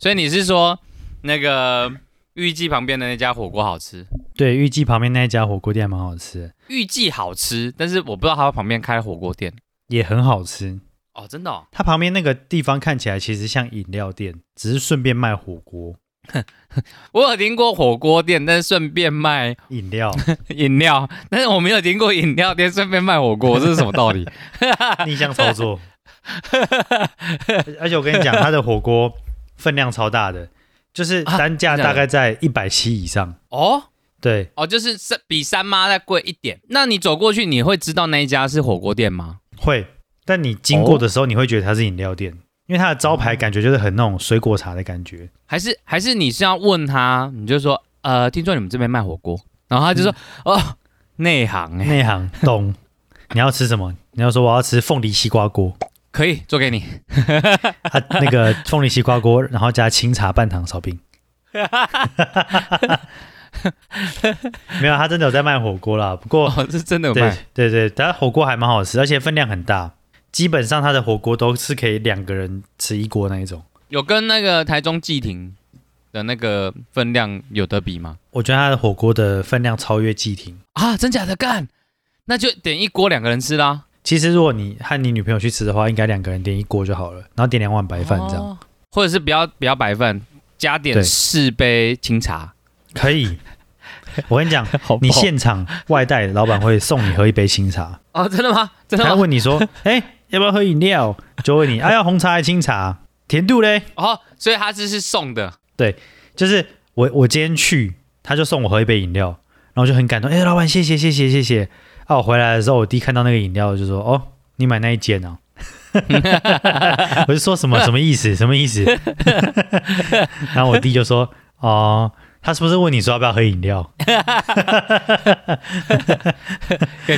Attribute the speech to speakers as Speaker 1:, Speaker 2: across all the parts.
Speaker 1: 所以你是说那个预计旁边的那家火锅好吃？
Speaker 2: 对，预计旁边那一家火锅店蛮好吃的，
Speaker 1: 预计好吃，但是我不知道他旁边开火锅店
Speaker 2: 也很好吃。
Speaker 1: 哦，真的、哦，
Speaker 2: 它旁边那个地方看起来其实像饮料店，只是顺便卖火锅
Speaker 1: 我有听过火锅店，但是顺便卖
Speaker 2: 饮料。
Speaker 1: 饮料，但是我没有听过饮料店顺便卖火锅，这是什么道 理？
Speaker 2: 逆向操作。而而且我跟你讲，它的火锅分量超大的，就是
Speaker 1: 啊
Speaker 2: 单价
Speaker 1: 真的假
Speaker 2: 大
Speaker 1: 的
Speaker 2: 概在一百七以上。
Speaker 1: 哦
Speaker 2: 对，
Speaker 1: 哦，就是三比三妈再贵一点。那你走过去，你会知道那一家是火锅店吗？
Speaker 2: 会。但你经过的时候，你会觉得它是饮料店，因为它的招牌感觉就是很那种水果茶的 感觉。
Speaker 1: 还是还是你是要问他？你就说呃，听说你们这边卖火锅，然后他就说、哦，内行哎、
Speaker 2: 内行懂。你要吃什么？你要说我要吃凤梨西瓜锅
Speaker 1: 可以做给 你。
Speaker 2: 啊，那个凤梨西瓜锅，然后加清茶半糖 烧饼。没有，他真的有在卖火锅啦。不过，
Speaker 1: 哦，是真的有
Speaker 2: 对
Speaker 1: 卖。
Speaker 2: 对对，他火锅还蛮好吃，而且分量很大。基本上他的火锅都是可以两个人吃一锅那一种。
Speaker 1: 有跟那个台中季亭的那个分量有得比吗？
Speaker 2: 我觉得他的火锅的分量超越季婷。
Speaker 1: 啊，真假的干，那就点一锅两个人吃啦。
Speaker 2: 其实如果你和你女朋友去吃的话，应该两个人点一锅就好了，然后点两碗白饭这样、
Speaker 1: 哦或者是不要不要白饭，加点
Speaker 2: 对
Speaker 1: 四杯清 茶。
Speaker 2: 可以。我跟你讲，
Speaker 1: 好
Speaker 2: 你现场外带，老板会送你喝一杯 清茶，
Speaker 1: 哦，真的吗？真
Speaker 2: 他
Speaker 1: 的吗？
Speaker 2: 问你说：“哎、要不要喝饮料？”就问你：“啊，要红茶还是清茶？甜度嘞
Speaker 1: 哦，所以他这是送的。？”
Speaker 2: 就是我我今天去，他就送我喝一杯饮料，然后我就很感动。哎、老板，谢谢谢谢谢谢。啊，我回来的时候，我弟看到那个饮料就说：“哦，你买那一件哦。” 我就说什么什么意思？什么意思？ 然后我弟就说：“哦，他是不是问你说要不要喝饮料？”
Speaker 1: 干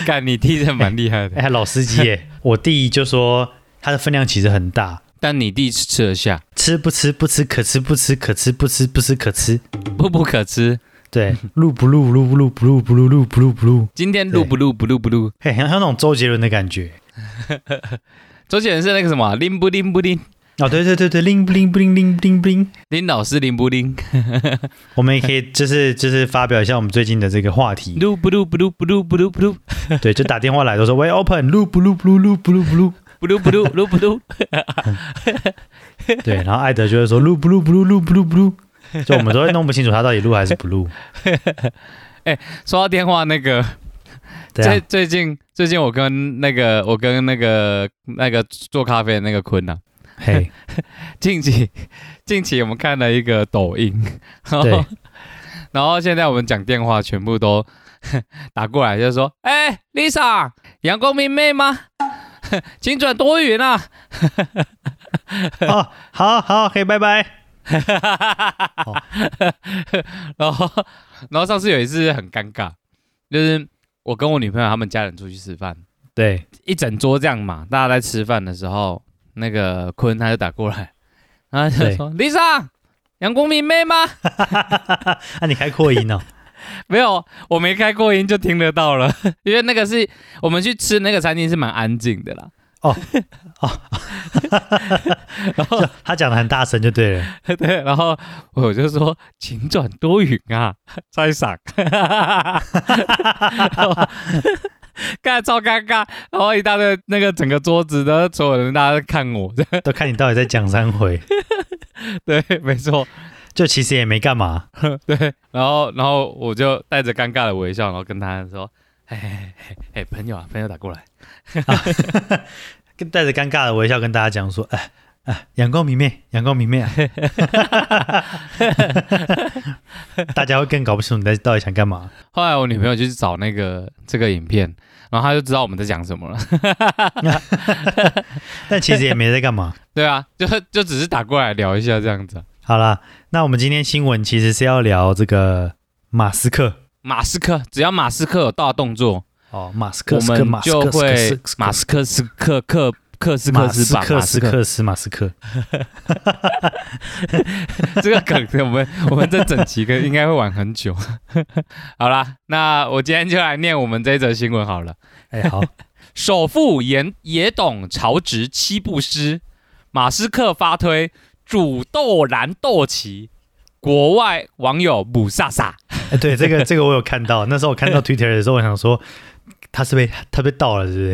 Speaker 1: 干，你弟真的蛮厉害的，
Speaker 2: 哎、老司机耶！我弟就说他的分量其实很大，
Speaker 1: 但你弟吃得下，
Speaker 2: 吃不吃不吃，可吃不吃，可吃不吃，不吃可吃。
Speaker 1: 不不可吃。
Speaker 2: 对，录不录录不录不录不录录不录不录，
Speaker 1: 今天录
Speaker 2: 对
Speaker 1: 不录不录不录？
Speaker 2: 嘿，很像那种周杰伦的感觉。
Speaker 1: 周杰伦是那个什么拎不拎不拎，
Speaker 2: 哦，对对对对，铃不铃不铃铃不铃不铃。
Speaker 1: 林老师拎不拎，
Speaker 2: 我们也可 以就是就是发表一下我们最近的这个话题，
Speaker 1: 录不录不录不录不录不录
Speaker 2: 对，就打电话来都说喂，open 录不录不录录不录不录，
Speaker 1: 不录不录录不录。
Speaker 2: 对，然后艾德就会说录不录不录录不录不录，就我们都会弄不清楚他到底录还是不录。
Speaker 1: 说到电话那个，
Speaker 2: 对
Speaker 1: 最
Speaker 2: 啊，
Speaker 1: 最近最近我跟那个我跟那个那个做咖啡的那个坤呐、
Speaker 2: 嘿，
Speaker 1: 近期 近期我们看了一个抖音， 然
Speaker 2: 对
Speaker 1: 后然后现在我们讲电话全部都 打过来，就说：“哎、l i s a 阳光明媚吗？ 晴转多云啊
Speaker 2: 哦，好好，嘿，拜拜。！”
Speaker 1: 然后然后上次有一次很尴尬，就是我跟我女朋友他们家人出去吃饭，
Speaker 2: 对，
Speaker 1: 一整桌这样嘛，大家在吃饭的时候，那个坤他就打过来，然后他就
Speaker 2: 对
Speaker 1: 说：“Lisa，阳光明媚吗
Speaker 2: 啊，你开扩音哦。？”
Speaker 1: 没有，我没开扩音就听得到了， 因为那个是我们去吃那个餐厅是蛮安静的啦。
Speaker 2: 他讲的很大声就对了。
Speaker 1: 对，然后我就说晴转多云啊， 在赏， 干超尴尬，然后一大堆那个整个桌子的所有人大家在看我，
Speaker 2: 都看你到底在讲三回，
Speaker 1: 对，没错，
Speaker 2: 就其实也没干嘛。
Speaker 1: 对，然后然后我就带着尴尬的微笑，然后跟他说：“嘿嘿嘿，嘿，朋友啊，朋友打过来。
Speaker 2: 跟带着尴尬的微笑跟大家讲说，哎、哎，阳光明媚，阳光明 媚、啊，大家会更搞不清楚你在到底想干嘛。”
Speaker 1: 后来我女朋友就去找那个这个影片，然后她就知道我们在讲什么了。
Speaker 2: 但其实也没在干嘛。
Speaker 1: 对啊，就就只是打过来聊一下这样子。
Speaker 2: 好啦，那我们今天新闻其实是要聊这个马斯克
Speaker 1: 马斯克，只要马斯克有大动作，
Speaker 2: 哦，马斯克，
Speaker 1: 我们
Speaker 2: 马斯克
Speaker 1: 就会
Speaker 2: 斯克
Speaker 1: 马斯克斯克克克斯克
Speaker 2: 马
Speaker 1: 斯
Speaker 2: 斯
Speaker 1: 吧，
Speaker 2: 克
Speaker 1: 马
Speaker 2: 斯
Speaker 1: 斯克。
Speaker 2: 克斯马斯克，
Speaker 1: 这个梗，我们我们这整集跟应该会玩很久。 好啦，那我今天就来念我们这一则新闻好了。
Speaker 2: 哎、好，
Speaker 1: 首富也也懂朝值七步诗，马斯克发推煮豆燃豆萁，国外网友母萨萨，
Speaker 2: 哎对，这个这个我有看到，那时候我看到 Twitter 的时候，我想说他是被他被盗了，是不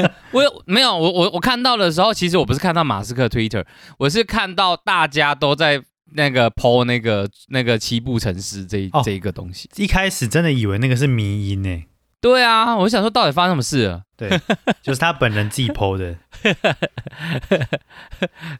Speaker 2: 是？
Speaker 1: 我有没有我我我看到的时候，其实我不是看到马斯克 Twitter，我是看到大家都在那个 PO 那个那个七步成诗这一、
Speaker 2: 哦
Speaker 1: 这一个东西。
Speaker 2: 一开始真的以为那个是迷因欸呢，
Speaker 1: 对啊，我想说到底发生什么事了？
Speaker 2: 对，就是他本人自己 PO 的。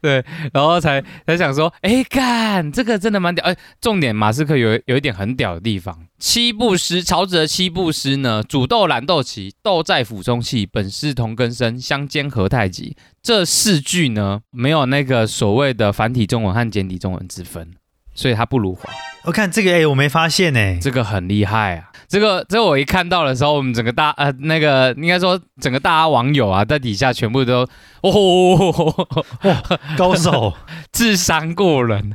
Speaker 1: 对，然后才才想说，哎，干这个真的蛮屌。哎，重点马斯克有有一点很屌的地方，七步诗，曹植的七步诗呢，煮豆燃豆萁，豆在釜中泣，本是同根生，相煎何太急。这四句呢，没有那个所谓的繁体中文和简体中文之分，所以它不如华。
Speaker 2: 我、看这个，哎、我没发现哎，
Speaker 1: 这个很厉害啊！这个这我一看到的时候，我们整个大呃那个应该说整个大家网友啊，在底下全部都哦，
Speaker 2: 高手。
Speaker 1: 智商过人，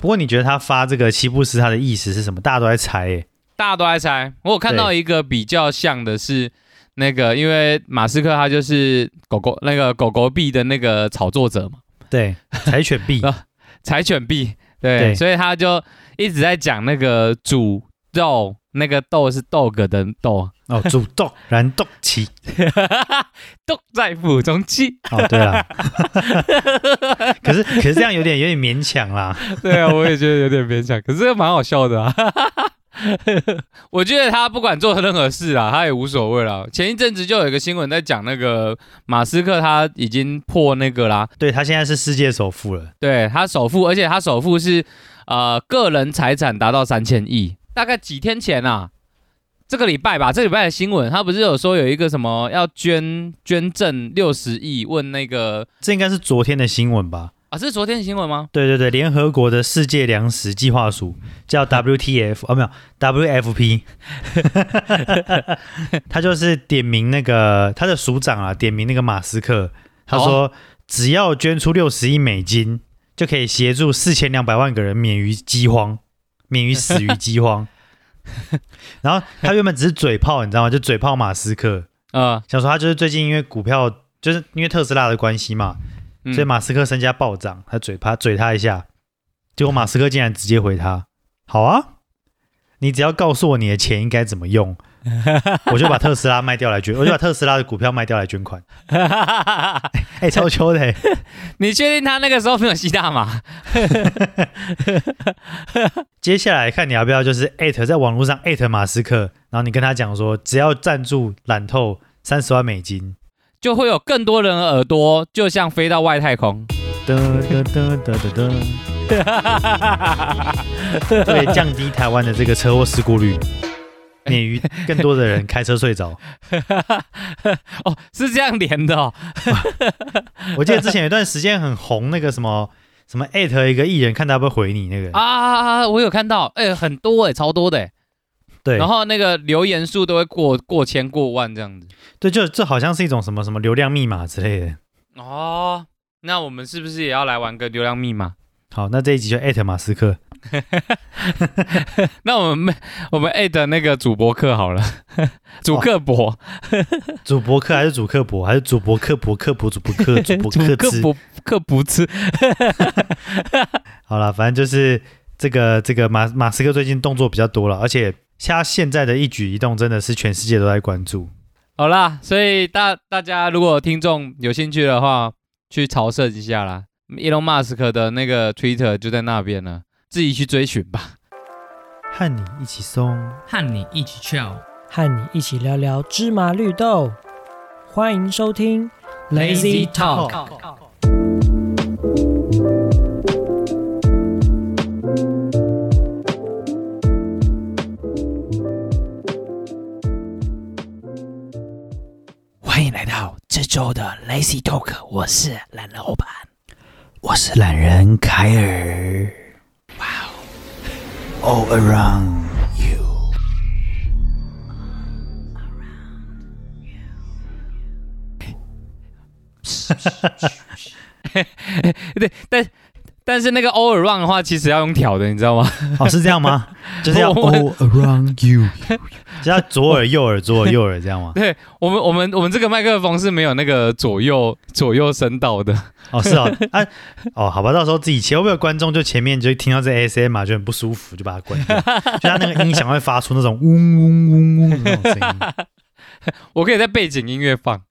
Speaker 2: 不过你觉得他发这个七步诗，他的意思是什么？大家都在猜哎。
Speaker 1: 大家都在猜。我有看到一个比较像的是那个，因为马斯克他就是狗狗那个狗狗币的那个炒作者嘛，
Speaker 2: 对，柴犬币
Speaker 1: 啊柴犬币，对，
Speaker 2: 对
Speaker 1: 所以他就一直在讲那个煮豆，那个豆是 dog 的豆，
Speaker 2: 哦，主动燃动起
Speaker 1: 豆在釜中泣。
Speaker 2: 哦，对了， 可是可是这样有点有点勉强啦。
Speaker 1: 对啊，我也觉得有点勉强，可是蛮好笑的啊。 我觉得他不管做任何事啊，他也无所谓啦。前一阵子就有一个新闻在讲那个马斯克，他已经破那个啦，
Speaker 2: 对他现在是世界首富了，
Speaker 1: 对他首富，而且他首富是呃个人财产达到三千亿，大概几天前啊，这个礼拜吧，这个礼拜的新闻，他不是有说有一个什么要捐捐赠六十亿，问那个
Speaker 2: 这应该是昨天的新闻吧？
Speaker 1: 啊是昨天的新闻吗？
Speaker 2: 对对对，联合国的世界粮食计划署叫 WTF 哦，没有 WFP，他就是点名那个他的署长啊，点名那个马斯克，他说、只要捐出六十亿美金，就可以协助四千两百万个人免于饥荒，免于死于饥荒。然后他原本只是嘴炮，你知道吗？就嘴炮马斯克，
Speaker 1: 呃，
Speaker 2: 想说他就是最近因为股票，就是因为特斯拉的关系嘛，
Speaker 1: 嗯
Speaker 2: 所以马斯克身家暴涨，他嘴他嘴他一下，结果马斯克竟然直接回他：“好啊，你只要告诉我你的钱应该怎么用，我就把特斯拉卖掉来捐，我就把特斯拉的股票卖掉来捐款。哎，超秋的、欸，
Speaker 1: 你确定他那个时候没有吸大麻？
Speaker 2: 接下来看你要不要就是艾特在网络上艾特马斯克，然后你跟他讲说，只要赞助懒透三十万美金。
Speaker 1: 就会有更多人的耳朵，就像飞到外太空。
Speaker 2: 噔噔噔噔噔噔，对，降低台湾的这个车祸事故率，免于更多的人开车睡着。
Speaker 1: 哦，是这样连的哦。
Speaker 2: 我记得之前有一段时间很红那个什么什么艾特一个艺人，看他会不会回你那个。
Speaker 1: 啊，我有看到，哎、很多哎、超多的、哎
Speaker 2: 对，
Speaker 1: 然后那个留言数都会过过千过万这样子。
Speaker 2: 对，就这好像是一种什么什么流量密码之类的。
Speaker 1: 哦，那我们是不是也要来玩个流量密码？
Speaker 2: 好，那这一集就艾特马斯克。
Speaker 1: 那我们 我们艾特那个主播课好了， 主客
Speaker 2: 哦
Speaker 1: 博，
Speaker 2: 主博克还是主克博还是主博克博克博主博克主 博克
Speaker 1: 客
Speaker 2: 之
Speaker 1: 博客不吃，
Speaker 2: 好了，反正就是这个这个马马斯克最近动作比较多了，而且他现在的一举一动真的是全世界都在关注。
Speaker 1: 好啦，所以大大家如果听众有兴趣的话，去朝圣一下啦。Elon Musk 的那个 Twitter 就在那边了，自己去追寻吧。
Speaker 2: 和你一起松，
Speaker 1: 和你一起 chill，
Speaker 3: 和你一起聊聊芝麻绿豆。欢迎收听
Speaker 1: Lazy Talk
Speaker 3: 欢迎来到这周的 Lazy Talk，我是懒老板。
Speaker 2: 我是懒人凯尔。哇哦，All around you。
Speaker 1: 对，但但是那个 all around 的话，其实要用挑的，你知道吗？
Speaker 2: 哦，是这样吗？就是要
Speaker 1: 我
Speaker 2: all around you，就要左耳右耳左耳右耳这样吗？
Speaker 1: 对我们，我们，我们这个麦克风是没有那个左右左右声道的。
Speaker 2: 哦，是哦，啊，哦，好吧，到时候自己切，会不会有观众就前面就听到这 ASMR 就很不舒服，就把它 关掉，就它那个音响会发出那种嗡嗡嗡嗡的那种声音，
Speaker 1: 我可以在背景音乐放，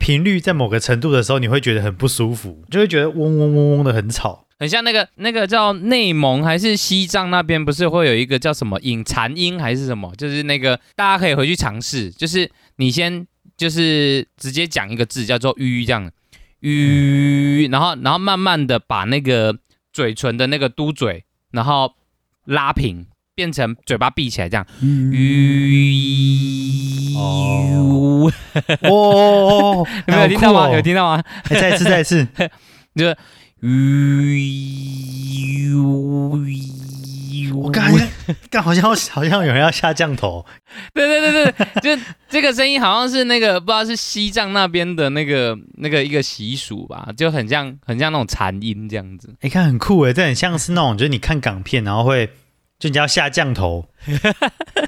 Speaker 2: 频率在某个程度的时候，你会觉得很不舒服，就会觉得嗡嗡嗡嗡的很吵。
Speaker 1: 很像那个那个叫内蒙还是西藏那边，不是会有一个叫什么引禅音还是什么？就是那个大家可以回去尝试，就是你先就是直接讲一个字叫做“吁”这样，吁，然后然后慢慢的把那个嘴唇的那个嘟嘴，然后拉平，变成嘴巴闭起来这样，
Speaker 2: 嗯
Speaker 1: 吁。
Speaker 2: 哦哦哦哦，
Speaker 1: 有没有听到吗？有
Speaker 2: 听。
Speaker 1: 听到吗？
Speaker 2: 哎再一次，再 一次，
Speaker 1: 就是吁。
Speaker 2: 我刚才刚好像好像有人要下降头，
Speaker 1: 对对对对，就这个声音好像是那个不知道是西藏那边的那个那个一个习俗吧，就很像很像那种禅音这样子。
Speaker 2: 你、看很酷诶，这很像是那种，就是你看港片，然后会就你要下 降头，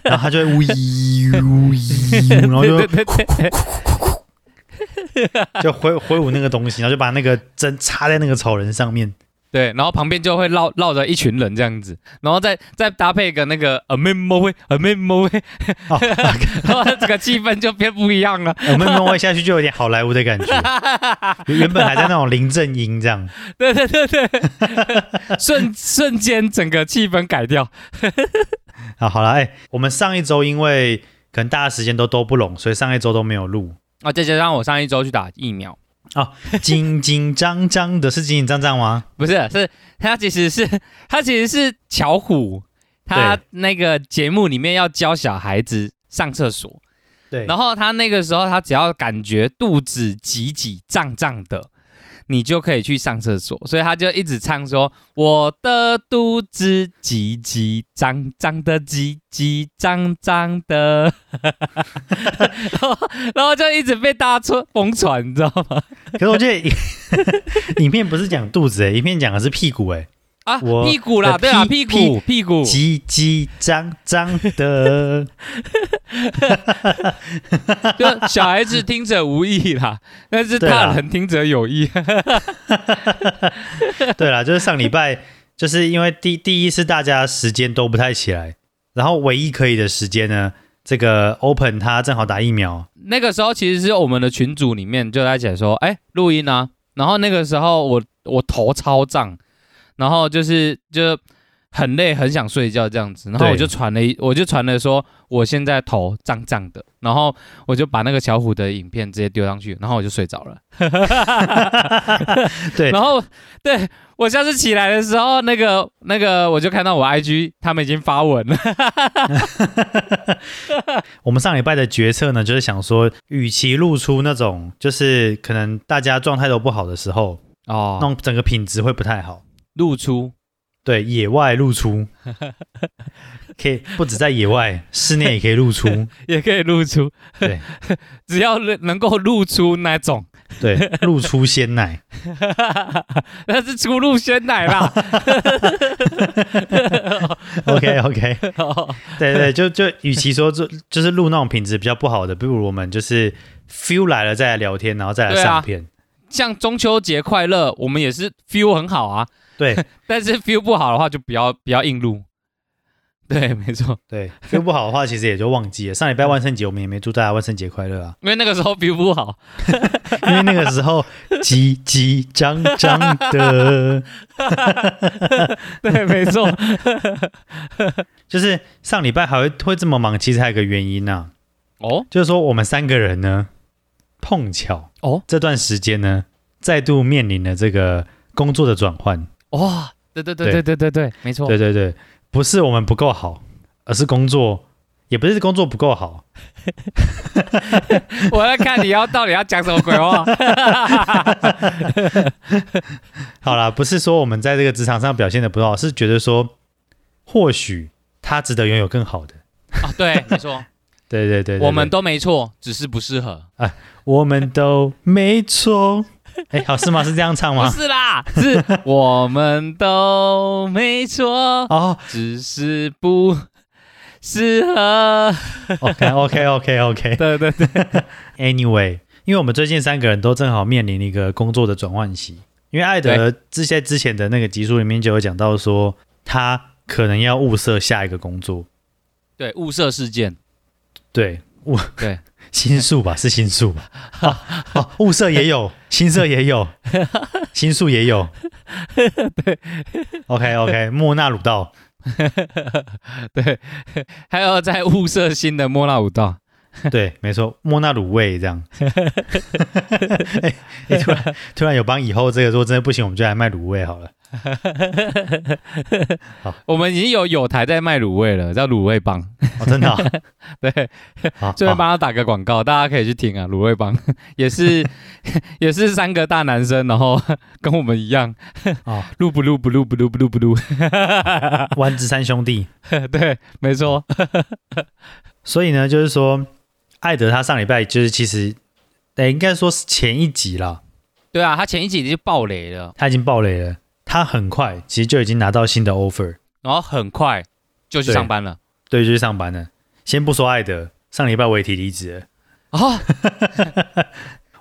Speaker 2: 然后他就会呜一呜一，然后就
Speaker 1: 对对对对，
Speaker 2: 就挥挥舞那个东西，然后就把那个针插在那个草人上面。
Speaker 1: 对，然后旁边就会绕绕着一群人这样子，然后再再搭配一个那个 a m e m o a m e m o
Speaker 2: 哦，
Speaker 1: 然后整个气氛就变不一样了。
Speaker 2: 我们挪位下去就有点好莱坞的感觉，原本还在那种林正英这样。
Speaker 1: 对对对对，瞬瞬间整个气氛改掉。
Speaker 2: 啊，好了，哎、我们上一周因为可能大家时间都都不拢，所以上一周都没有 录。
Speaker 1: 啊，再加上我上一周去打疫苗。
Speaker 2: 紧紧张张的是紧紧张张吗？
Speaker 1: 不是，是他其实是他其实是巧虎，他
Speaker 2: 对
Speaker 1: 那个节目里面要教小孩子上厕所，
Speaker 2: 对
Speaker 1: 然后他那个时候他只要感觉肚子挤挤胀胀的。你就可以去上厕所，所以他就一直唱说：“我的肚子挤挤胀胀的，挤挤胀胀的。” 然后，然后就一直被大家戳疯传，你知道吗？
Speaker 2: 可是我记得影影片不是讲肚子诶、欸影片讲的是屁股欸诶、
Speaker 1: 啊，
Speaker 2: 我
Speaker 1: 屁股啦，
Speaker 2: 的
Speaker 1: 对啊，
Speaker 2: 屁
Speaker 1: 屁股，屁股，
Speaker 2: 叽叽张张的，
Speaker 1: 就小孩子听者无意 啦，但是大人听者有意。
Speaker 2: 啊对啦，就是上礼拜，就是因为第第一是大家时间都不太起来，然后唯一可以的时间呢，这个 Open 他正好打疫苗，
Speaker 1: 那个时候其实是我们的群组里面就在讲说，哎、录音啊。然后那个时候我我头超胀，然后就是就很累，很想睡觉这样子。然后
Speaker 2: 对
Speaker 1: 我就传了一，我就传了说我现在头胀胀的，然后我就把那个小虎的影片直接丢上去，然后我就睡着了。
Speaker 2: 对
Speaker 1: 然后对我下次起来的时候，那个那个我就看到我 IG 他们已经发文了。
Speaker 2: 我们上礼拜的决策呢，就是想说，与其露出那种就是可能大家状态都不好的时候，
Speaker 1: 哦
Speaker 2: 那种整个品质会不太好。
Speaker 1: 露出
Speaker 2: 对，野外露出， 可以不止在野外，室内也可以露出。
Speaker 1: 也可以露出，
Speaker 2: 对，
Speaker 1: 只要能能够露出那种，
Speaker 2: 对，露出鲜奶。
Speaker 1: 那是初露鲜奶 啦。
Speaker 2: OK OK，对 对，就就与其说就就是录那种品质比较不好的，不如我们就是 feel 来了再来聊天，然后再来
Speaker 1: 对啊
Speaker 2: 上片。
Speaker 1: 像中秋节快乐，我们也是 feel 很好啊，
Speaker 2: 对
Speaker 1: 但是 feel 不好的话就不要不要硬录。对，没错，
Speaker 2: 对 feel 不好的话，其实也就忘记了。上礼拜
Speaker 1: 嗯
Speaker 2: 万圣节我们也没祝大家万圣节快乐啊，
Speaker 1: 因为那个时候 feel 不好，
Speaker 2: 因为那个时候叽叽张张 的，
Speaker 1: 对，没错，
Speaker 2: 就是上礼拜还会会这么忙，其实还有一个原因呢、啊，
Speaker 1: 哦，
Speaker 2: 就是说我们三个人呢，碰巧
Speaker 1: 哦
Speaker 2: 这段时间呢，再度面临了这个工作的转换。
Speaker 1: 哇，对对对对对哦对对，没错，
Speaker 2: 对对对，不是我们不够好，而是工作，也不是工作不够好，
Speaker 1: 我在看你要到底要讲什么鬼话，
Speaker 2: 好啦， 不是说我们在这个职场上表现的不好，是觉得说或许他值得拥有更好的。
Speaker 1: 啊， 对，没错，
Speaker 2: 对对对对对
Speaker 1: 我们都没错，只是不适合。
Speaker 2: 我们都没错， 哎，好是吗？是这样 唱
Speaker 1: 不
Speaker 2: 吗？
Speaker 1: 是啦，是我们都没错，
Speaker 2: 哦
Speaker 1: 只是不适合。
Speaker 2: ，OK OK OK OK。
Speaker 1: 对对对，
Speaker 2: Anyway，因为我们最近三个人都正好面临一个工作的转换期，因为艾德之在之前的那个集数里面就有讲到说，他可能要物色下一个工作，
Speaker 1: 对物色事件，
Speaker 2: 对，物
Speaker 1: 对
Speaker 2: 新宿吧，是新宿吧？哦，哦物色也有，新色也有，新宿也有。对，OK OK，莫纳鲁道，
Speaker 1: 对，还有在物色新的莫纳舞道。
Speaker 2: 对，没错，莫纳鲁味这样。哎哎突然突然有帮以后这个说真的不行，我们就来卖卤味好了。
Speaker 1: 我们已经有有台在卖卤味了，叫卤味帮。
Speaker 2: 哦，真的、啊，
Speaker 1: 对，
Speaker 2: 好，
Speaker 1: 这边
Speaker 2: 好
Speaker 1: 帮他打个广告，大家可以去听啊。 卤味帮也是 也是三个大男生，然后跟我们一样，
Speaker 2: 哦
Speaker 1: 录不录不录不录不录 不录。
Speaker 2: 丸子三兄弟。
Speaker 1: 对，没错，
Speaker 2: 所以呢，就是说，艾德他上礼拜就是其实，哎，应该说是前一集啦，
Speaker 1: 对啊，他前一集就爆雷了，
Speaker 2: 他已经爆雷了，他很快其实就已经拿到新的 offer。
Speaker 1: 然后很快就去
Speaker 2: 对
Speaker 1: 上班了。
Speaker 2: 对，就去上班了。先不说艾德，上礼拜我也提离职了。
Speaker 1: 哦，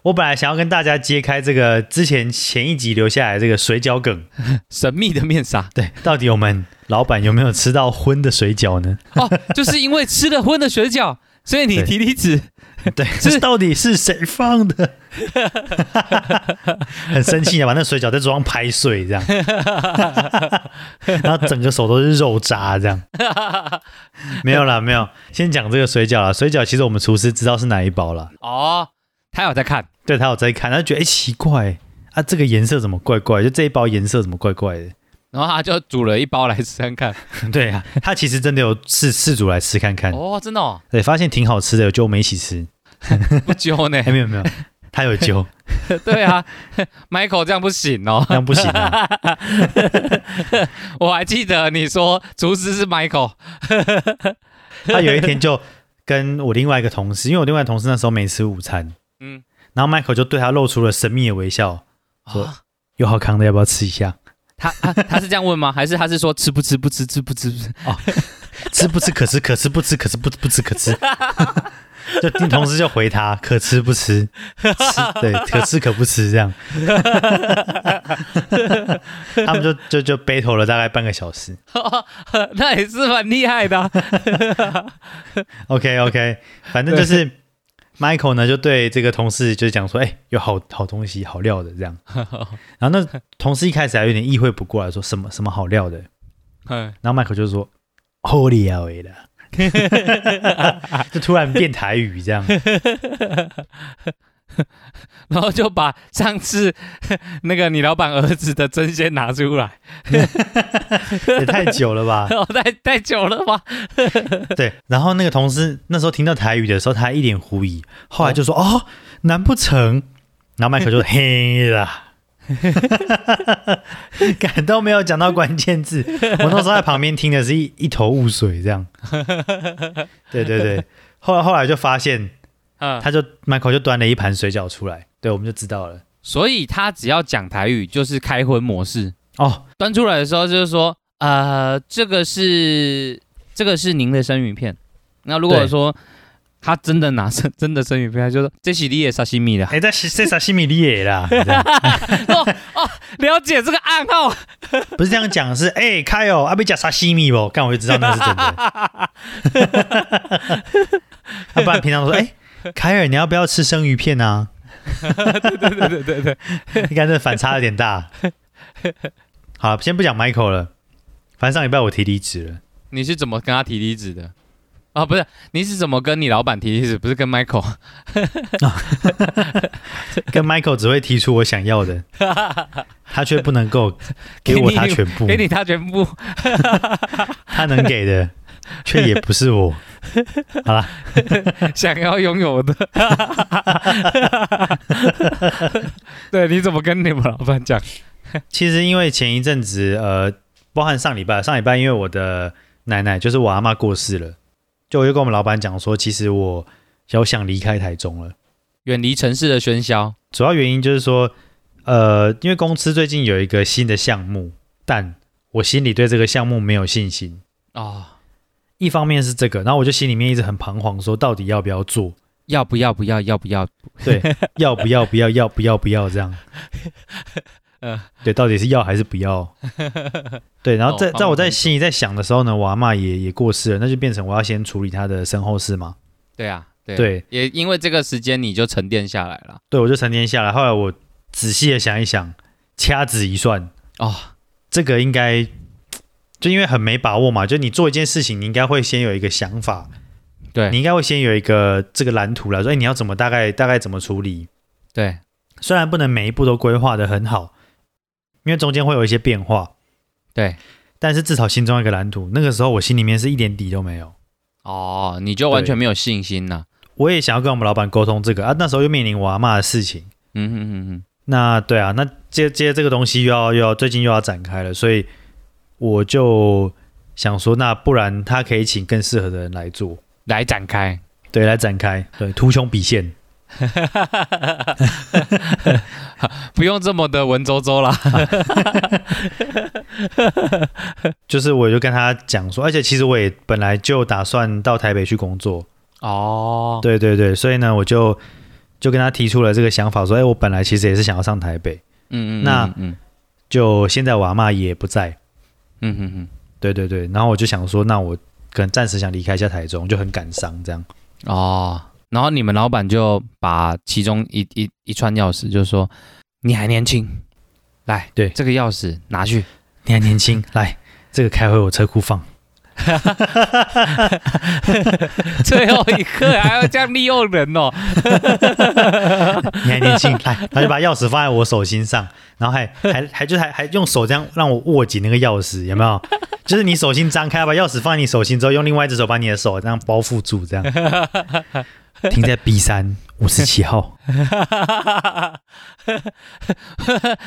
Speaker 2: 我本来想要跟大家揭开这个之前前一集留下来的这个水饺梗，
Speaker 1: 神秘的面纱
Speaker 2: 对，到底我们老板有没有吃到荤的水饺 呢？
Speaker 1: 哦，就是因为吃了荤的水饺，所以你
Speaker 2: 对
Speaker 1: 提离职。
Speaker 2: 对，
Speaker 1: 是
Speaker 2: 这到底是谁放的？很生气啊，把那水饺在桌上拍碎，这样，然后整个手都是肉渣，这样。没有啦，没有。先讲这个水饺啦，水饺其实我们厨师知道是哪一包啦，
Speaker 1: 哦，他有在看，
Speaker 2: 对他有在看，他就觉得哎、诶奇怪啊，这个颜色怎么怪怪？就这一包颜色怎么怪怪的？
Speaker 1: 然后他就煮了一包来吃看看。
Speaker 2: 对啊，他其实真的有试试煮来吃看看，
Speaker 1: 哦，真的哦，
Speaker 2: 对，发现挺好吃的，就我们一起吃。
Speaker 1: 不揪呢
Speaker 2: 哎、。没有没有，他有揪，
Speaker 1: 对啊，Michael 这样不行哦。
Speaker 2: 那样不行啊。
Speaker 1: 我还记得你说厨师是 Michael，
Speaker 2: 他有一天就跟我另外一个同事，因为我另外一个同事那时候没吃午餐，
Speaker 1: 嗯，
Speaker 2: 然后 Michael 就对他露出了神秘的微笑，说
Speaker 1: 啊，
Speaker 2: 有好康的要不要吃一下？
Speaker 1: 他他他是这样问吗？还是他是说吃不吃不吃吃不吃不 吃？
Speaker 2: 吃不吃可吃，可吃不吃，可吃不不吃可吃。 就同事就回他 可吃不吃，吃对可吃可不吃这样。他们就就就 battle 了大概半个小时。
Speaker 1: 那也是蛮厉害的啊、
Speaker 2: OK OK，反正就是 Michael 呢就对这个同事就讲说，哎、有好好东西好料的这样。然后那同事一开始还有点意会不过来，说什么什么好料的，
Speaker 1: 嗯，
Speaker 2: 然后 Michael 就说 Holy l 的， 就突然变台语这样。
Speaker 1: 然后就把上次 那个你老板儿子的针线拿出来，
Speaker 2: 也太久了吧？
Speaker 1: 哦，太太久了吧？
Speaker 2: 对。然后那个同事那时候听到台语的时候，他还一脸狐疑，后来就说：“哦，难不成？”然后麦克 就嘿啦， 感都没有讲到关键字。我那时候在旁边听的是一一头雾水，这样。 对对对。后来后来就发现，
Speaker 1: 嗯，
Speaker 2: 他就 Michael 就端了一盘水饺出来，对，我们就知道了。
Speaker 1: 所以他只要讲台语就是开荤模式，
Speaker 2: 哦，
Speaker 1: 端出来的时候就是说，呃，这个是这个是您的生鱼片。那如果
Speaker 2: 对
Speaker 1: 说他真的拿生真的生鱼片，他就说这是你的沙西米的。
Speaker 2: 哎，但是这啥西米利耶 啦，这样
Speaker 1: 了解这个暗号，
Speaker 2: 不是这样讲， 是哎开哦，阿贝加沙西米哦，干我就知道那是真的。啊、不然平常说哎。凯尔，你要不要吃生鱼片啊？
Speaker 1: 对对对对对，
Speaker 2: 应该这反差有点大。好，先不讲 Michael 了，反正上礼拜我提离职了。
Speaker 1: 你是怎么跟他提离职的？啊，不是，你是怎么跟你老板提离职？不是跟 Michael？
Speaker 2: 跟 Michael 只会提出我想要的，他却不能够给我他全部，
Speaker 1: 给你他全部。
Speaker 2: 他能给的却也不是我。好啦，
Speaker 1: 想要拥有的。对，你怎么跟你们老板讲？
Speaker 2: 其实因为前一阵子，呃，包含上礼拜，上礼拜因为我的奶奶就是我阿妈过世了，就我就跟我们老板讲说，其实我我想离开台中了。
Speaker 1: 远离城市的喧嚣。
Speaker 2: 主要原因就是说，呃，因为公司最近有一个新的项目，但我心里对这个项目没有信心。
Speaker 1: 哦，
Speaker 2: 一方面是这个，然后我就心里面一直很彷徨，说到底要不要做？
Speaker 1: 要不要不要要不要？
Speaker 2: 对，要不要不要要不要不要这样？
Speaker 1: 嗯
Speaker 2: 对，到底是要还是不要？对，然后在
Speaker 1: 哦
Speaker 2: 在我在心里在想的时候呢，我阿嬷也也过世了，那就变成我要先处理她的身后事嘛。
Speaker 1: 对啊，对啊
Speaker 2: 对
Speaker 1: 也因为这个时间你就沉淀下来了。
Speaker 2: 对，我就成天下来，后来我仔细的想一想，掐指一算，
Speaker 1: 哦，
Speaker 2: 这个应该就因为很没把握嘛，就你做一件事情，你应该会先有一个想法，
Speaker 1: 对
Speaker 2: 你应该会先有一个这个蓝图来说，哎，你要怎么大概大概怎么处理？
Speaker 1: 对，
Speaker 2: 虽然不能每一步都规划的很好，因为中间会有一些变化，
Speaker 1: 对，
Speaker 2: 但是至少心中有一个蓝图。那个时候我心里面是一点底都没有，
Speaker 1: 哦，你就完全没有信心了。
Speaker 2: 我也想要跟我们老板沟通这个啊，那时候又面临我阿嬷的事情。
Speaker 1: 嗯哼哼哼，
Speaker 2: 那对啊，那接接这个东西又要又要最近又要展开了，所以我就想说，那不然他可以请更适合的人来做，
Speaker 1: 来展开。
Speaker 2: 对，来展开，对，图穷匕现
Speaker 1: 不用这么的文绉绉啦。
Speaker 2: 就是我就跟他讲说，而且其实我也本来就打算到台北去工作，
Speaker 1: 哦，
Speaker 2: 对对对，所以呢，我就就跟他提出了这个想法，说，哎，我本来其实也是想要上台北，
Speaker 1: 嗯嗯，
Speaker 2: 那
Speaker 1: 嗯
Speaker 2: 就现在我阿嬷也不在，
Speaker 1: 嗯嗯嗯
Speaker 2: 对对对，然后我就想说，那我可能暂时想离开一下台中，就很感伤这样。
Speaker 1: 嗯，哦，然后你们老板就把其中一一一串钥匙，就说你还年轻，来，
Speaker 2: 对
Speaker 1: 这个钥匙拿 去。
Speaker 2: 你还年轻，来，这个开回我车库放。
Speaker 1: 最后一刻还要这样利用人哦，
Speaker 2: 你还年轻， 来，他就把钥匙放在我手心上，然后还还还就还还用手这样让我握紧那个钥匙，有没有？就是你手心张开，把钥匙放在你手心之后，用另外一只手把你的手这样包覆住， 这样停在 B 三五十七号。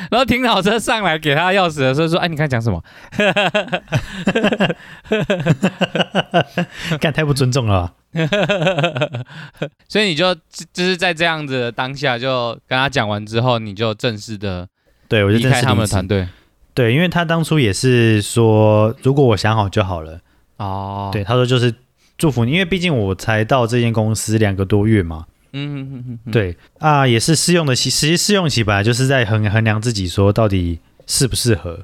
Speaker 1: 然后停好车上来给他钥匙的时候说：“哎，你刚才讲什么
Speaker 2: 干太不尊重了吧？？”
Speaker 1: 所以你就就是在这样子的当下就跟他讲完之后，你就正式的
Speaker 2: 对，我就
Speaker 1: 离
Speaker 2: 正
Speaker 1: 开
Speaker 2: 式
Speaker 1: 他们的
Speaker 2: 离职
Speaker 1: 团队
Speaker 2: 对，因为他当初也是说，如果我想好就好了。
Speaker 1: 哦。
Speaker 2: 对，，他说就是祝福你，因为毕竟我才到这间公司两个多月嘛。
Speaker 1: 嗯嗯嗯嗯，
Speaker 2: 对啊，也是试用的期，其实试用期本来就是在衡衡量自己说到底适不适合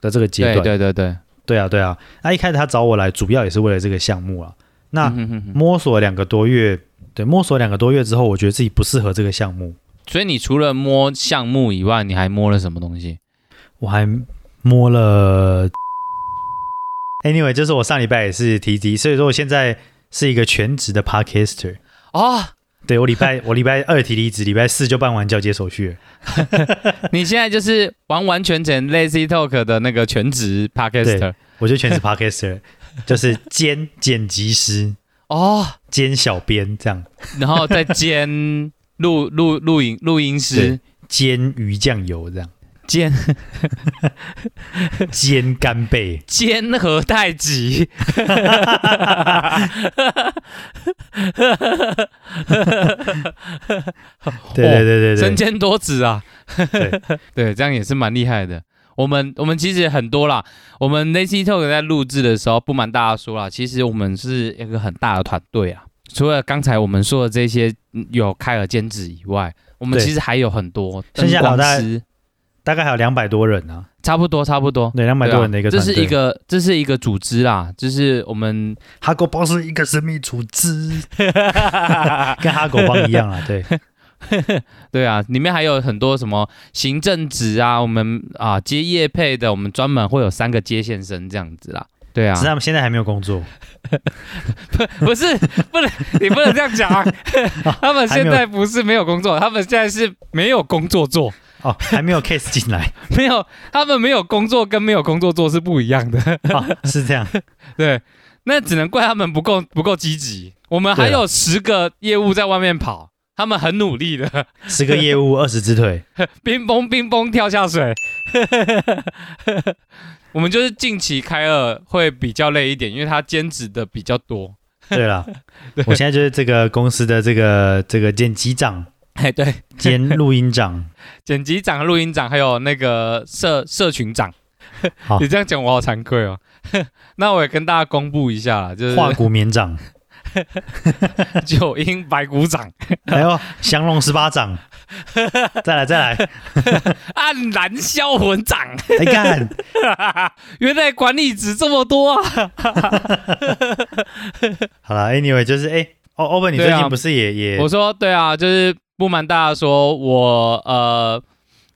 Speaker 2: 的这个阶段。
Speaker 1: 对对对对，
Speaker 2: 对啊，对啊。那、一开始他找我来，主要也是为了这个项目啊。那
Speaker 1: 嗯嗯嗯嗯
Speaker 2: 摸索两个多月，对，摸索两个多月之后，我觉得自己不适合这个项目，
Speaker 1: 所以你除了摸项目以外，你还摸了什么东西？
Speaker 2: 我还摸了。Anyway，就是我上礼拜也是提及，所以说我现在是一个全职的 podcaster。
Speaker 1: 哦，
Speaker 2: 对我 礼拜我礼拜二提离职，礼拜四就办完交接手续了。
Speaker 1: 你现在就是完完全全 Lazy Talk 的那个全职 Podcaster
Speaker 2: 我就全职 podcaster，就是兼剪辑师、
Speaker 1: 哦，
Speaker 2: 兼小编这样，
Speaker 1: 然后再兼录 录录影录音师，
Speaker 2: 兼鱼酱油这样，
Speaker 1: 兼。
Speaker 2: 兼干贝
Speaker 1: 兼何太极，
Speaker 2: 对对对对
Speaker 1: 身
Speaker 2: 对，
Speaker 1: 兼多职啊。
Speaker 2: 对
Speaker 1: 对，这样也是蛮厉害的。我们我们其实很多啦，我们 Lazy Talk 在录制的时候，不瞒大家说啦，其实我们是一个很大的团队啊。除了刚才我们说的这些嗯有开了兼职以外，我们
Speaker 2: 对
Speaker 1: 其实还有很多灯
Speaker 2: 剩下好
Speaker 1: 光
Speaker 2: 大
Speaker 1: 师，
Speaker 2: 大概还有两百多人啊，
Speaker 1: 差不多差不多。
Speaker 2: 对，两百
Speaker 1: 对
Speaker 2: 多
Speaker 1: 啊
Speaker 2: 人的一个
Speaker 1: 这
Speaker 2: 团队。
Speaker 1: 是一个这是一个组织啦，就是我 们
Speaker 2: 哈狗帮是一个神秘组织，跟哈狗帮一样 啊，对，
Speaker 1: 对啊，里面还有很多什么行政职啊，我们啊接业配的，我们专门会有三个接线生这样子啦。对啊
Speaker 2: 只是，他们现在还没有工作，
Speaker 1: 不是， 不能，你不能这样讲啊！他们现在不是没有工作，他们现在是没有工作做，
Speaker 2: 哦，还没有 case 进来，
Speaker 1: 没有，他们没有工作跟没有工作做是不一样的。
Speaker 2: 哦、是这样，
Speaker 1: 对，那只能怪他们不够不够积极。我们还
Speaker 2: 对啊
Speaker 1: 有十个业务在外面跑，他们很努力的，
Speaker 2: 十个业务，二十只腿，
Speaker 1: 冰崩冰崩跳下水。 我们就是近期开二会比较累一点，因为他兼职的比较多。
Speaker 2: 对了，我现在就是这个公司的这个这个兼机长，
Speaker 1: 哎，对，
Speaker 2: 兼录音长，
Speaker 1: 剪辑长、录音长，还有那个社社群长。
Speaker 2: 好
Speaker 1: 你这样讲我好惭愧哦。 那我也跟大家公布一下啦，就是
Speaker 2: 化骨绵掌，
Speaker 1: 九阴白骨掌、
Speaker 2: 还有降龙十 八掌，再来再来，
Speaker 1: 黯然销魂掌。
Speaker 2: 哎干，
Speaker 1: 原来管理值这么多啊！
Speaker 2: 好了，anyway 就是哎，哦欧本你最
Speaker 1: 对啊
Speaker 2: 近不是也也
Speaker 1: 我说对啊，就是不瞒大家说，我呃，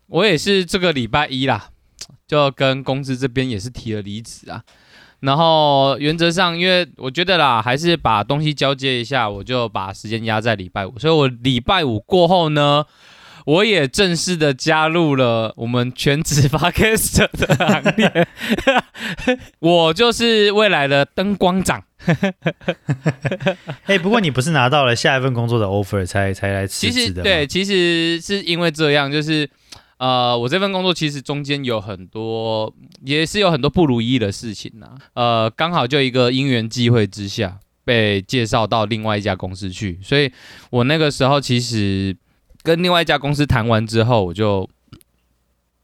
Speaker 1: 我也是这个礼拜一啦，就跟公司这边也是提了离职啊。然后原则上，因为我觉得啦，还是把东西交接一下，我就把时间压在礼拜五。所以我礼拜五过后呢，我也正式的加入了我们全职 podcast 的行列。 我就是未来的灯光长。
Speaker 2: 哎，不过你不是拿到了下一份工作的 offer 才才来辞
Speaker 1: 其实
Speaker 2: 职的吗，
Speaker 1: 对，其实是因为这样，就是呃，我这份工作其实中间有很多，也是有很多不如意的事情呐、呃，刚好就一个因缘际会之下被介绍到另外一家公司去，所以我那个时候其实跟另外一家公司谈完之后，我就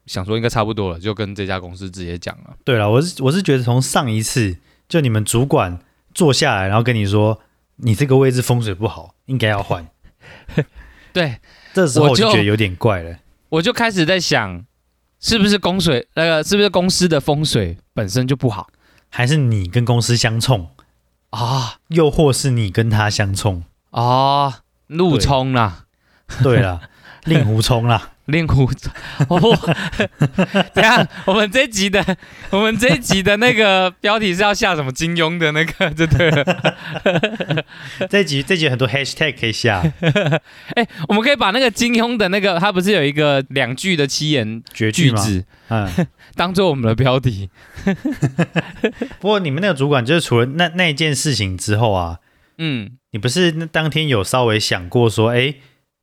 Speaker 1: 想说应该差不多了，就跟这家公司直接讲了。
Speaker 2: 对了，我是我是觉得从上一次就你们主管坐下来，然后跟你说你这个位置风水不好，应该要换，
Speaker 1: 对，
Speaker 2: 这时候
Speaker 1: 我
Speaker 2: 我就
Speaker 1: 就
Speaker 2: 觉得有点怪了。
Speaker 1: 我就开始在想，是不是公水那个、是不是公司的风水本身就不好
Speaker 2: 还是你跟公司相冲，
Speaker 1: 啊？
Speaker 2: 又或是你跟他相冲？
Speaker 1: 哦，路冲啦，
Speaker 2: 对啦，令狐冲啦，
Speaker 1: 令狐冲。 哦，等一下我们这一集的我们这一集的那个标题是要下什么金庸的那个，就对了。
Speaker 2: 这集这集很多 hashtag 可以下，
Speaker 1: 哎、我们可以把那个金庸的那个，他不是有一个两句的七言
Speaker 2: 绝句
Speaker 1: 句
Speaker 2: 吗？
Speaker 1: 子，
Speaker 2: 嗯，
Speaker 1: 当做我们的标题。
Speaker 2: 不过你们那个主管就是除了那那一件事情之后啊，
Speaker 1: 嗯，
Speaker 2: 你不是那当天有稍微想过说，哎，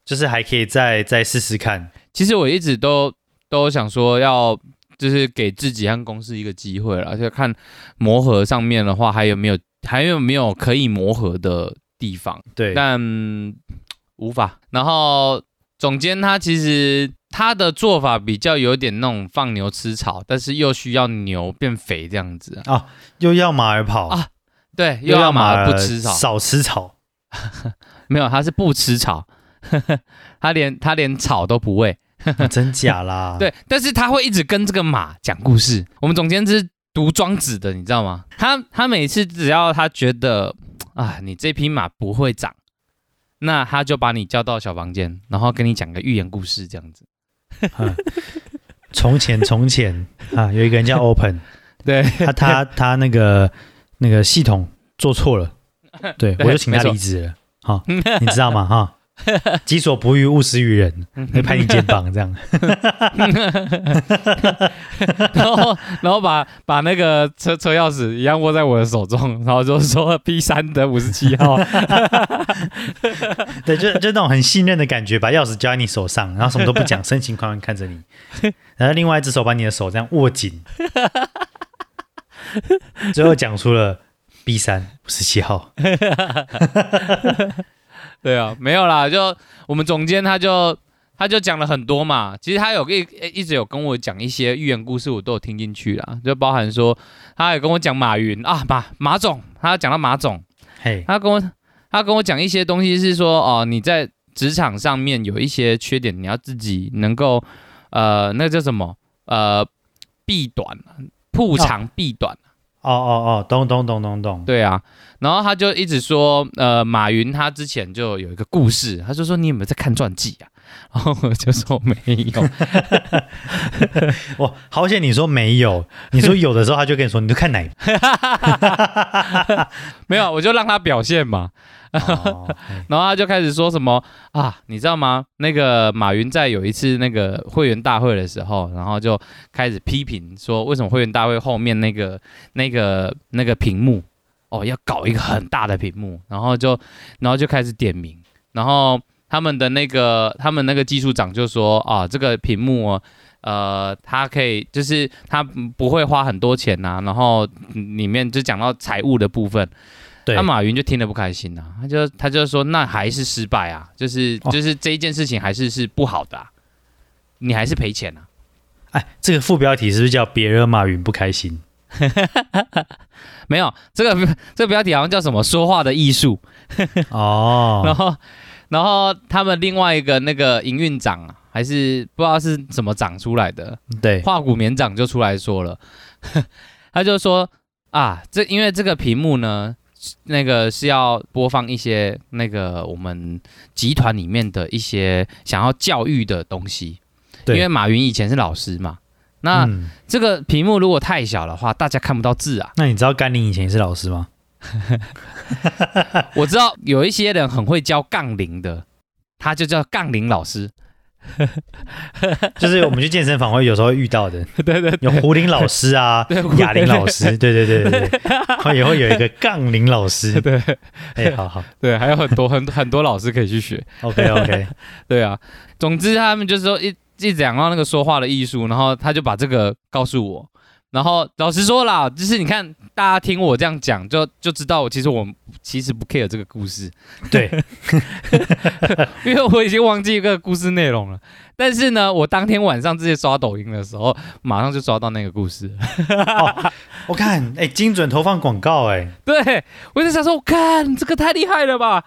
Speaker 2: 就是还可以再再试试看，
Speaker 1: 其实我一直都都想说要。就是给自己和公司一个机会了，而且看磨合上面的话，还有没有还有没有可以磨合的地方。
Speaker 2: 对，
Speaker 1: 但无法。然后总监他其实他的做法比较有点那种放牛吃草，但是又需要牛变肥这样子啊。
Speaker 2: 又要马儿跑，
Speaker 1: 啊对，又要马呃儿不吃草，
Speaker 2: 少 吃草，
Speaker 1: 没有，他是不吃草， 他连他连草都不喂。
Speaker 2: 真假啦？，
Speaker 1: 对，但是他会一直跟这个马讲故事。我们总监是读庄子的，你知道吗？他他每次只要他觉得啊，你这匹马不会长，那他就把你叫到小房间，然后跟你讲个寓言故事这样子。
Speaker 2: 啊从前从前啊，有一个 人叫 Open，
Speaker 1: 对，
Speaker 2: 他他他那个那个系统做错了，对
Speaker 1: 对
Speaker 2: 我就请他
Speaker 1: 没错
Speaker 2: 离职了。好、你知道吗？哈、己所不欲，勿施于人，
Speaker 1: 嗯
Speaker 2: 会拍你肩膀 这样。
Speaker 1: 然后然后把把那个车车钥匙一样握在我的手中，然后就说 P 三的五十七号，
Speaker 2: 对，就就那种很信任的感觉，把钥匙交在你手上，然后什么都不讲，深情款款看着你，然后另外一只手把你的手这样握紧，最后讲出了 B 三五十七号。
Speaker 1: 对啊，没有啦，就我们总监他就他就讲了很多嘛，其实他有一一直有跟我讲一些寓言故事，我都有听进去啦，就包含说他有跟我讲马云啊马马总，他讲到马总，
Speaker 2: 嘿，
Speaker 1: 他跟我他跟我讲一些东西是说哦、你在职场上面有一些缺点，你要自己能够呃那叫什么呃避短，铺长避短。
Speaker 2: 哦哦哦，懂懂懂懂懂。
Speaker 1: 对啊，然后他就一直说，呃，马云他之前就有一个故事，他就说你有没有在看传记啊？然后我就说没有，
Speaker 2: 哇，好险你说没有，你说有的时候他就跟你说，你就看哪 一
Speaker 1: 没有，我就让他表现嘛。
Speaker 2: 哦嘿
Speaker 1: 然后他就开始说什么啊，你知道吗？那个马云在有一次那个会员大会的时候，然后就开始批评说，为什么会员大会后面那个那个那个屏幕哦，要搞一个很大的屏幕，然后就然后就开始点名，然后他们的那个他们那个技术长就说啊，这个屏幕哦。呃，它可以就是它不会花很多钱呐、然后嗯里面就讲到财务的部分，
Speaker 2: 对
Speaker 1: 那、马云就听得不开心啊，他就他就说那还是失败啊，就是、
Speaker 2: 哦
Speaker 1: 就是这一件事情还是是不好的、啊，你还是赔钱啊。
Speaker 2: 哎，这个副标题是不是叫“别惹马云不 开心
Speaker 1: 没有这个这个标题好像叫什么说话的艺术，”？然
Speaker 2: 哦，
Speaker 1: 后然后他们另外一个那个营运长啊，还是不知道是怎么长出来的，
Speaker 2: 对，
Speaker 1: 化骨绵掌就出来说了， 他就说啊，这因为这个屏幕呢，那个是要播放一些那个我们集团里面的一些想要教育的东西，因
Speaker 2: 对
Speaker 1: 为马云以前是老师嘛，那
Speaker 2: 嗯、
Speaker 1: 这个屏幕如果太小的话，大家看不到字啊。
Speaker 2: 那你知道甘霖以前也是老 师吗？
Speaker 1: 我知道有一些人很会教杠铃的，他就叫杠铃老师，
Speaker 2: 就是我们去健身房会有时候会遇到的，
Speaker 1: 对对
Speaker 2: 有胡林老师啊
Speaker 1: 对胡林，
Speaker 2: 哑铃老 师，对对对对对，然后也会有一个杠铃老师，
Speaker 1: 对
Speaker 2: 哎，好好
Speaker 1: 对，还有很多很很多老师可以去学。
Speaker 2: ，OK OK，
Speaker 1: 对啊，总之他们就是说一一直讲到那个说话的艺术，然后他就把这个告诉我。然后老实说啦，就是你看大家听我这样讲，就就知道我其实我其实不 care 这个故事，
Speaker 2: 对，
Speaker 1: 因为我已经忘记这个故事内容了。但是呢，我当天晚上直接刷抖音的时候，马上就刷到那个故 事。
Speaker 2: 我看，哎，精准投放广告，哎，
Speaker 1: 对我就想说，我看这个太厉害了吧？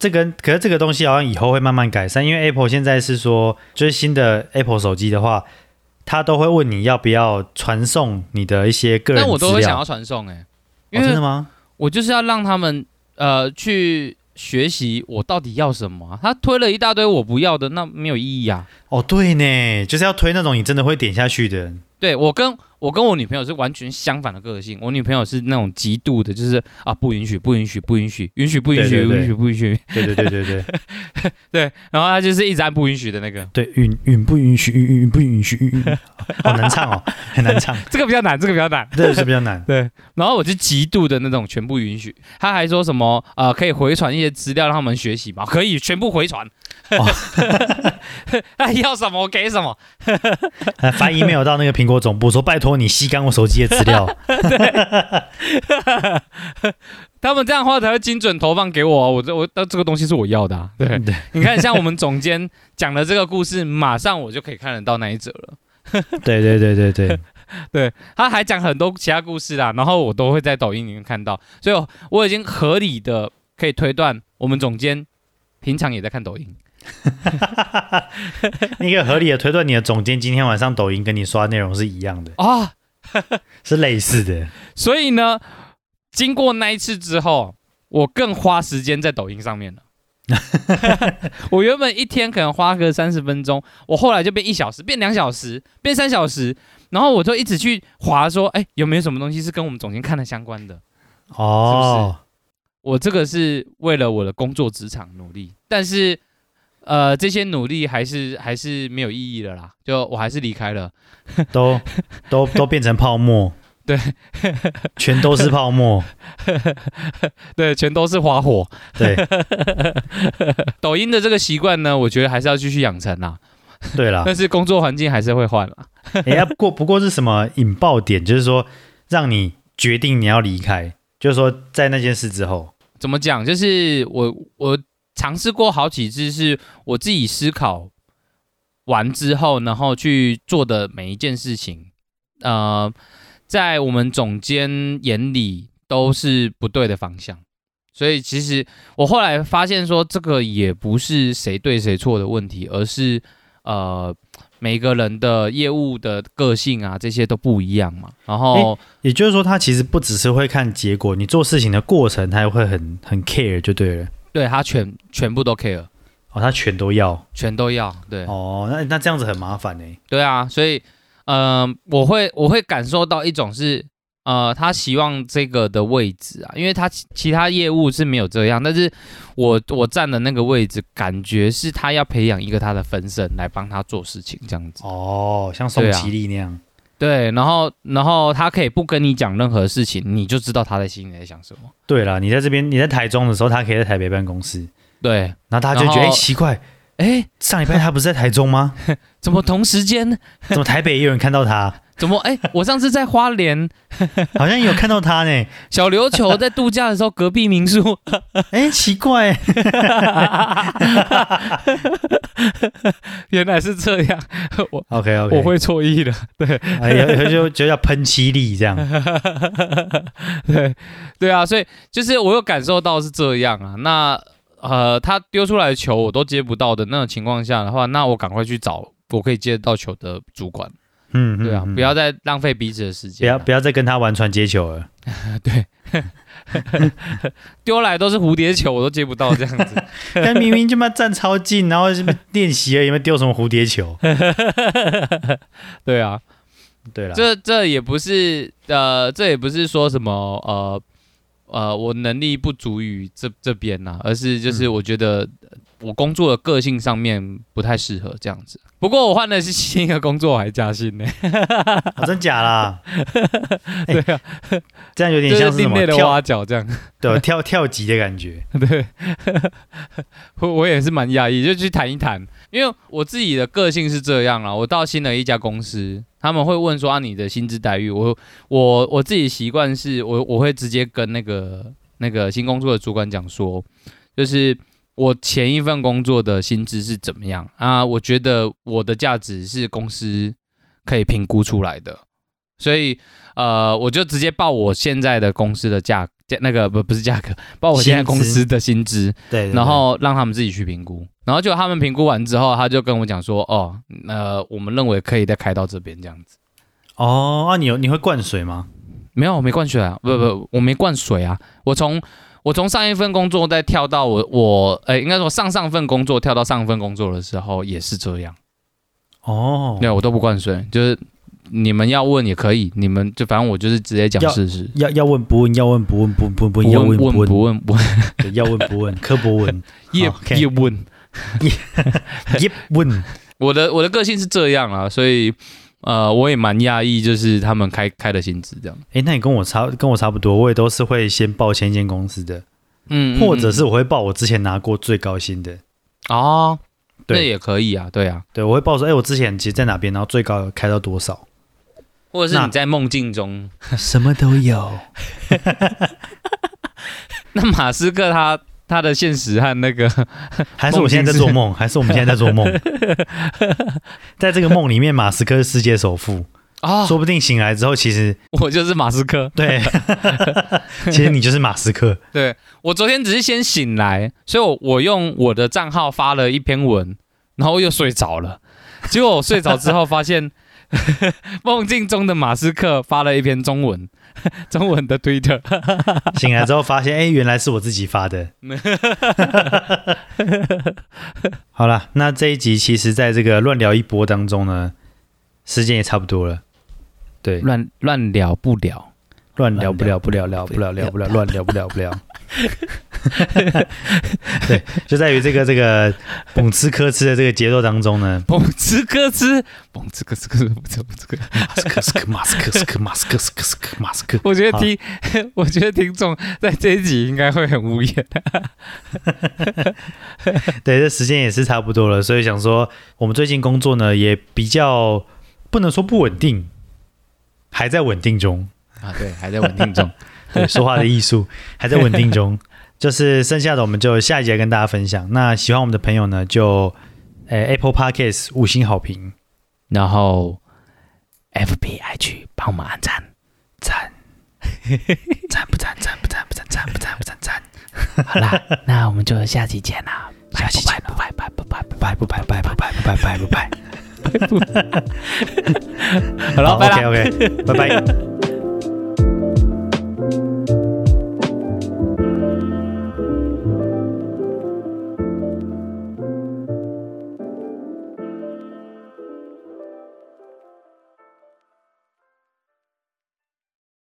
Speaker 2: 这个可是这个东西好像以后会慢慢改善，因为 Apple 现在是说，就是新的 Apple 手机的话，它都会问你要不要传送你的一些个人
Speaker 1: 但
Speaker 2: 资料。
Speaker 1: 我都会想要传送哎、因
Speaker 2: 哦、真
Speaker 1: 为
Speaker 2: 的吗？
Speaker 1: 我就是要让他们呃去学习我到底要什么啊、他推了一大堆我不要的，那没有意义啊。
Speaker 2: 哦，对呢，就是要推那种你真的会点下去的。
Speaker 1: 对我跟我跟我女朋友是完全相反的个性，我女朋友是那种极度的，就是啊不允许不允许不允许允许不允许
Speaker 2: 对对对
Speaker 1: 允许不允许，
Speaker 2: 对对对对 对
Speaker 1: 对，然后她就是一直按不允许的那个，
Speaker 2: 对，允允不允许？允允允不允许？允允，允好难唱哦，很难唱，
Speaker 1: 这个比较难，这个比较难。
Speaker 2: 这个是比较难。
Speaker 1: 对，然后我就极度的那种全部允许，她还说什么呃可以回传一些资料让他们学习嘛，可以全部回传，
Speaker 2: 哦
Speaker 1: 她要什么我给什么，
Speaker 2: 呃发 email 到那个苹果总部说，拜托你吸干我手机的 资料。
Speaker 1: 他们这样的话才会精准投放给我、啊，我这我这个东西是我要的、啊。对，
Speaker 2: 对
Speaker 1: 你看像我们总监讲的这个故事，马上我就可以看得到那一则了。
Speaker 2: 对对对对对，
Speaker 1: 他还讲很多其他故事啦，然后我都会在抖音里面看到，所以我我已经合理的可以推断，我们总监平常也在看抖音。
Speaker 2: 你可以合理的推断，你的总监今天晚上抖音跟你刷内容是一样的，
Speaker 1: 啊、
Speaker 2: 是类似的。
Speaker 1: 所以呢，经过那一次之后，我更花时间在抖音上面了。 我原本一天可能花个三十分钟，我后来就变一小时，变两小时，变三小时，然后我就一直去划说，哎，有没有什么东西是跟我们总监看的相关的？
Speaker 2: 哦，
Speaker 1: 我这个是为了我的工作职场努力，但是呃，这些努力还是还是没有意义了啦，就我还是离开了。
Speaker 2: 都都都变成泡沫，
Speaker 1: 对，
Speaker 2: 全都是泡 沫，
Speaker 1: 对，全都是花火。
Speaker 2: 对
Speaker 1: 抖音的这个习惯呢，我觉得还是要继续养成啦。
Speaker 2: 对啦。
Speaker 1: 但是工作环境还是会换啊啦。
Speaker 2: 哎、呀，不过不过是什么引爆点？就是说让你决定你要离开，就是说在那件事之后，
Speaker 1: 怎么讲？就是我我尝试过好几次，是我自己思考完之后，然后去做的每一件事情，呃，在我们总监眼里都是不对的方向。所以其实我后来发现说，这个也不是谁对谁错的问题，而是呃每个人的业务的个性啊，这些都不一样嘛。然后
Speaker 2: 也就是说他其实不只是会看结果，你做事情的过程他也会很很 care 就对了。
Speaker 1: 对他全全部都 care，
Speaker 2: 哦，他全都要
Speaker 1: 全都要对。
Speaker 2: 哦，那那这样子很麻烦呢、欸
Speaker 1: 对啊，所以，呃，我会我会感受到一种是，呃，他希望这个的位置啊，因为他其其他业务是没有这样，但是我我站的那个位置，感觉是他要培养一个他的分身来帮他做事情这样子。
Speaker 2: 哦，像宋
Speaker 1: 对啊
Speaker 2: 其力那样，
Speaker 1: 对，然后然后他可以不跟你讲任何事情，你就知道他在心里在想什么。
Speaker 2: 对啦，你在这边你在台中的时候，他可以在台北办公室，
Speaker 1: 对，
Speaker 2: 然后大家就觉得哎、
Speaker 1: 然后
Speaker 2: 奇怪，
Speaker 1: 哎，
Speaker 2: 上礼拜他不是在台中吗？
Speaker 1: 怎么同时间？
Speaker 2: 怎么台北也有人看到他？
Speaker 1: 怎么？哎、我上次在花莲
Speaker 2: 好像有看到他 呢。
Speaker 1: 小琉球在度假的时候，隔壁民宿，
Speaker 2: 哎，奇怪，
Speaker 1: 原来是这样， 我
Speaker 2: OK OK，
Speaker 1: 我会错意 的。
Speaker 2: 哎有有就就叫喷漆力 这样。
Speaker 1: 对对啊，所以就是我有感受到是这样啊。那呃，他丢出来的球我都接不到的那种情况下的话，那我赶快去找我可以接得到球的主管。
Speaker 2: 嗯，嗯
Speaker 1: 对啊，
Speaker 2: 嗯
Speaker 1: 不要再浪费彼此的时
Speaker 2: 不
Speaker 1: 间
Speaker 2: 要
Speaker 1: 啊、
Speaker 2: 不要再跟他玩传接球 了。
Speaker 1: 对，丢来都是蝴蝶球，我都接不到这样 子。
Speaker 2: 但明明就嘛站超近，然后是不是练习而已，有没有丢什么蝴蝶球？
Speaker 1: 对啊，
Speaker 2: 对了，
Speaker 1: 这这也不是呃，这也不是说什么呃呃，我能力不足于这这边呐、而是
Speaker 2: 嗯
Speaker 1: 就是我觉得呃我工作的个性上面不太适合这样子。不过我换的是新的工作，我还加薪呢，
Speaker 2: 哦真假啦？
Speaker 1: 对啊，
Speaker 2: 这样有点
Speaker 1: 就
Speaker 2: 像
Speaker 1: 是
Speaker 2: 是什
Speaker 1: 另
Speaker 2: 么
Speaker 1: 类的
Speaker 2: 跳
Speaker 1: 挖角这样。
Speaker 2: 对跳跳级的感觉。
Speaker 1: 对，我我也是蛮讶异，就去谈一谈，因为我自己的个性是这样啦。我到新的一家公司，他们会问说啊你的薪资待遇，我我我自己习惯是我我会直接跟那个那个新工作的主管讲说，就是我前一份工作的薪资是怎么样啊？我觉得我的价值是公司可以评估出来的，所以呃，我就直接报我现在的公司的价。价那个不不是价格，报我现在公
Speaker 2: 薪资
Speaker 1: 司的薪资，
Speaker 2: 对，对
Speaker 1: 然后让他们自己去评估。然后就他们评估完之后，他就跟我讲说：“哦，呃，我们认为可以再开到这边这样子。
Speaker 2: 对哦，啊，你有你会灌水吗？”
Speaker 1: 没有，我没灌水啊，不
Speaker 2: 嗯
Speaker 1: 不，我没灌水啊。我从我从上一份工作再跳到我我呃，应该说上上份工作跳到上一份工作的时候也是这样。
Speaker 2: 哦，
Speaker 1: 对，我都不灌水，就是你们要问也可以，你们就反正我就是直接讲
Speaker 2: 要
Speaker 1: 事实，
Speaker 2: 要要问不问？要问不问？不不不
Speaker 1: 不
Speaker 2: 问？要问
Speaker 1: 问
Speaker 2: 不问？
Speaker 1: 不问 不问
Speaker 2: 对要问不问？科博 问
Speaker 1: 也
Speaker 2: OK
Speaker 1: 也问。
Speaker 2: 耶问？
Speaker 1: 我的我的个性是这样啊，所以呃，我也蛮讶异，就是他们开开的薪资这样。
Speaker 2: 哎，那你跟我差跟我差不多，我也都是会先报前一间公司的，
Speaker 1: 嗯
Speaker 2: 或者是
Speaker 1: 嗯
Speaker 2: 我会报我之前拿过最高薪的。
Speaker 1: 嗯哦，
Speaker 2: 对
Speaker 1: 那也可以啊，对啊，
Speaker 2: 对，我会报说，哎，我之前其实在哪边，然后最高有开到多少，
Speaker 1: 或者是
Speaker 2: 那
Speaker 1: 你在梦境中，
Speaker 2: 什么都有。
Speaker 1: 那马斯克他他的现实和那个，
Speaker 2: 还是我现在在做梦？还是我们现在在做 梦？在这个梦里面，马斯克是世界首富，
Speaker 1: 哦，
Speaker 2: 说不定醒来之后，其实
Speaker 1: 我就是马斯克。
Speaker 2: 对，其实你就是马斯克。
Speaker 1: 对我昨天只是先醒来，所以我我用我的账号发了一篇文，然后又睡着了。结果我睡着之后发现， 梦境中的马斯克发了一篇中文， 中文的 Twitter。
Speaker 2: 醒来之后发现，哎、原来是我自己发的。好了，那这一集其实在这个乱聊一波当中呢，时间也差不多了。对，
Speaker 1: 乱乱聊不聊，
Speaker 2: 乱聊不聊不聊聊不聊聊不聊乱聊不聊不聊。 对，就在于这个这个讽刺科吃的这个节奏当 中呢，
Speaker 1: 蹦吃咯吃，蹦吃咯吃咯吃咯吃咯吃咯。
Speaker 2: 马斯克斯克马斯克斯克马斯克斯克斯克马斯克，
Speaker 1: 我觉得听， 我觉得听众在这一集应该会很无言。
Speaker 2: 对，这时间也是差不多了，所以想说我们最近工作呢也比较不能说不稳定，还在稳定中。
Speaker 1: 啊，对，还在稳定中。
Speaker 2: 对，说话的艺术还在稳定中。就是剩下的我们就下一节跟大家分享。那喜欢我们的朋友呢，就诶 Apple Podcast 五星好评，
Speaker 1: 然后 FBI 去帮我们按赞，
Speaker 2: 赞赞不赞赞不赞不赞赞不赞不赞赞，
Speaker 1: 好啦，那我们就下期见啦，下期见，拜拜拜拜拜
Speaker 2: 拜不拜拜不拜不拜拜不拜。
Speaker 1: 拜，好了，拜啦。
Speaker 2: OK OK，拜拜。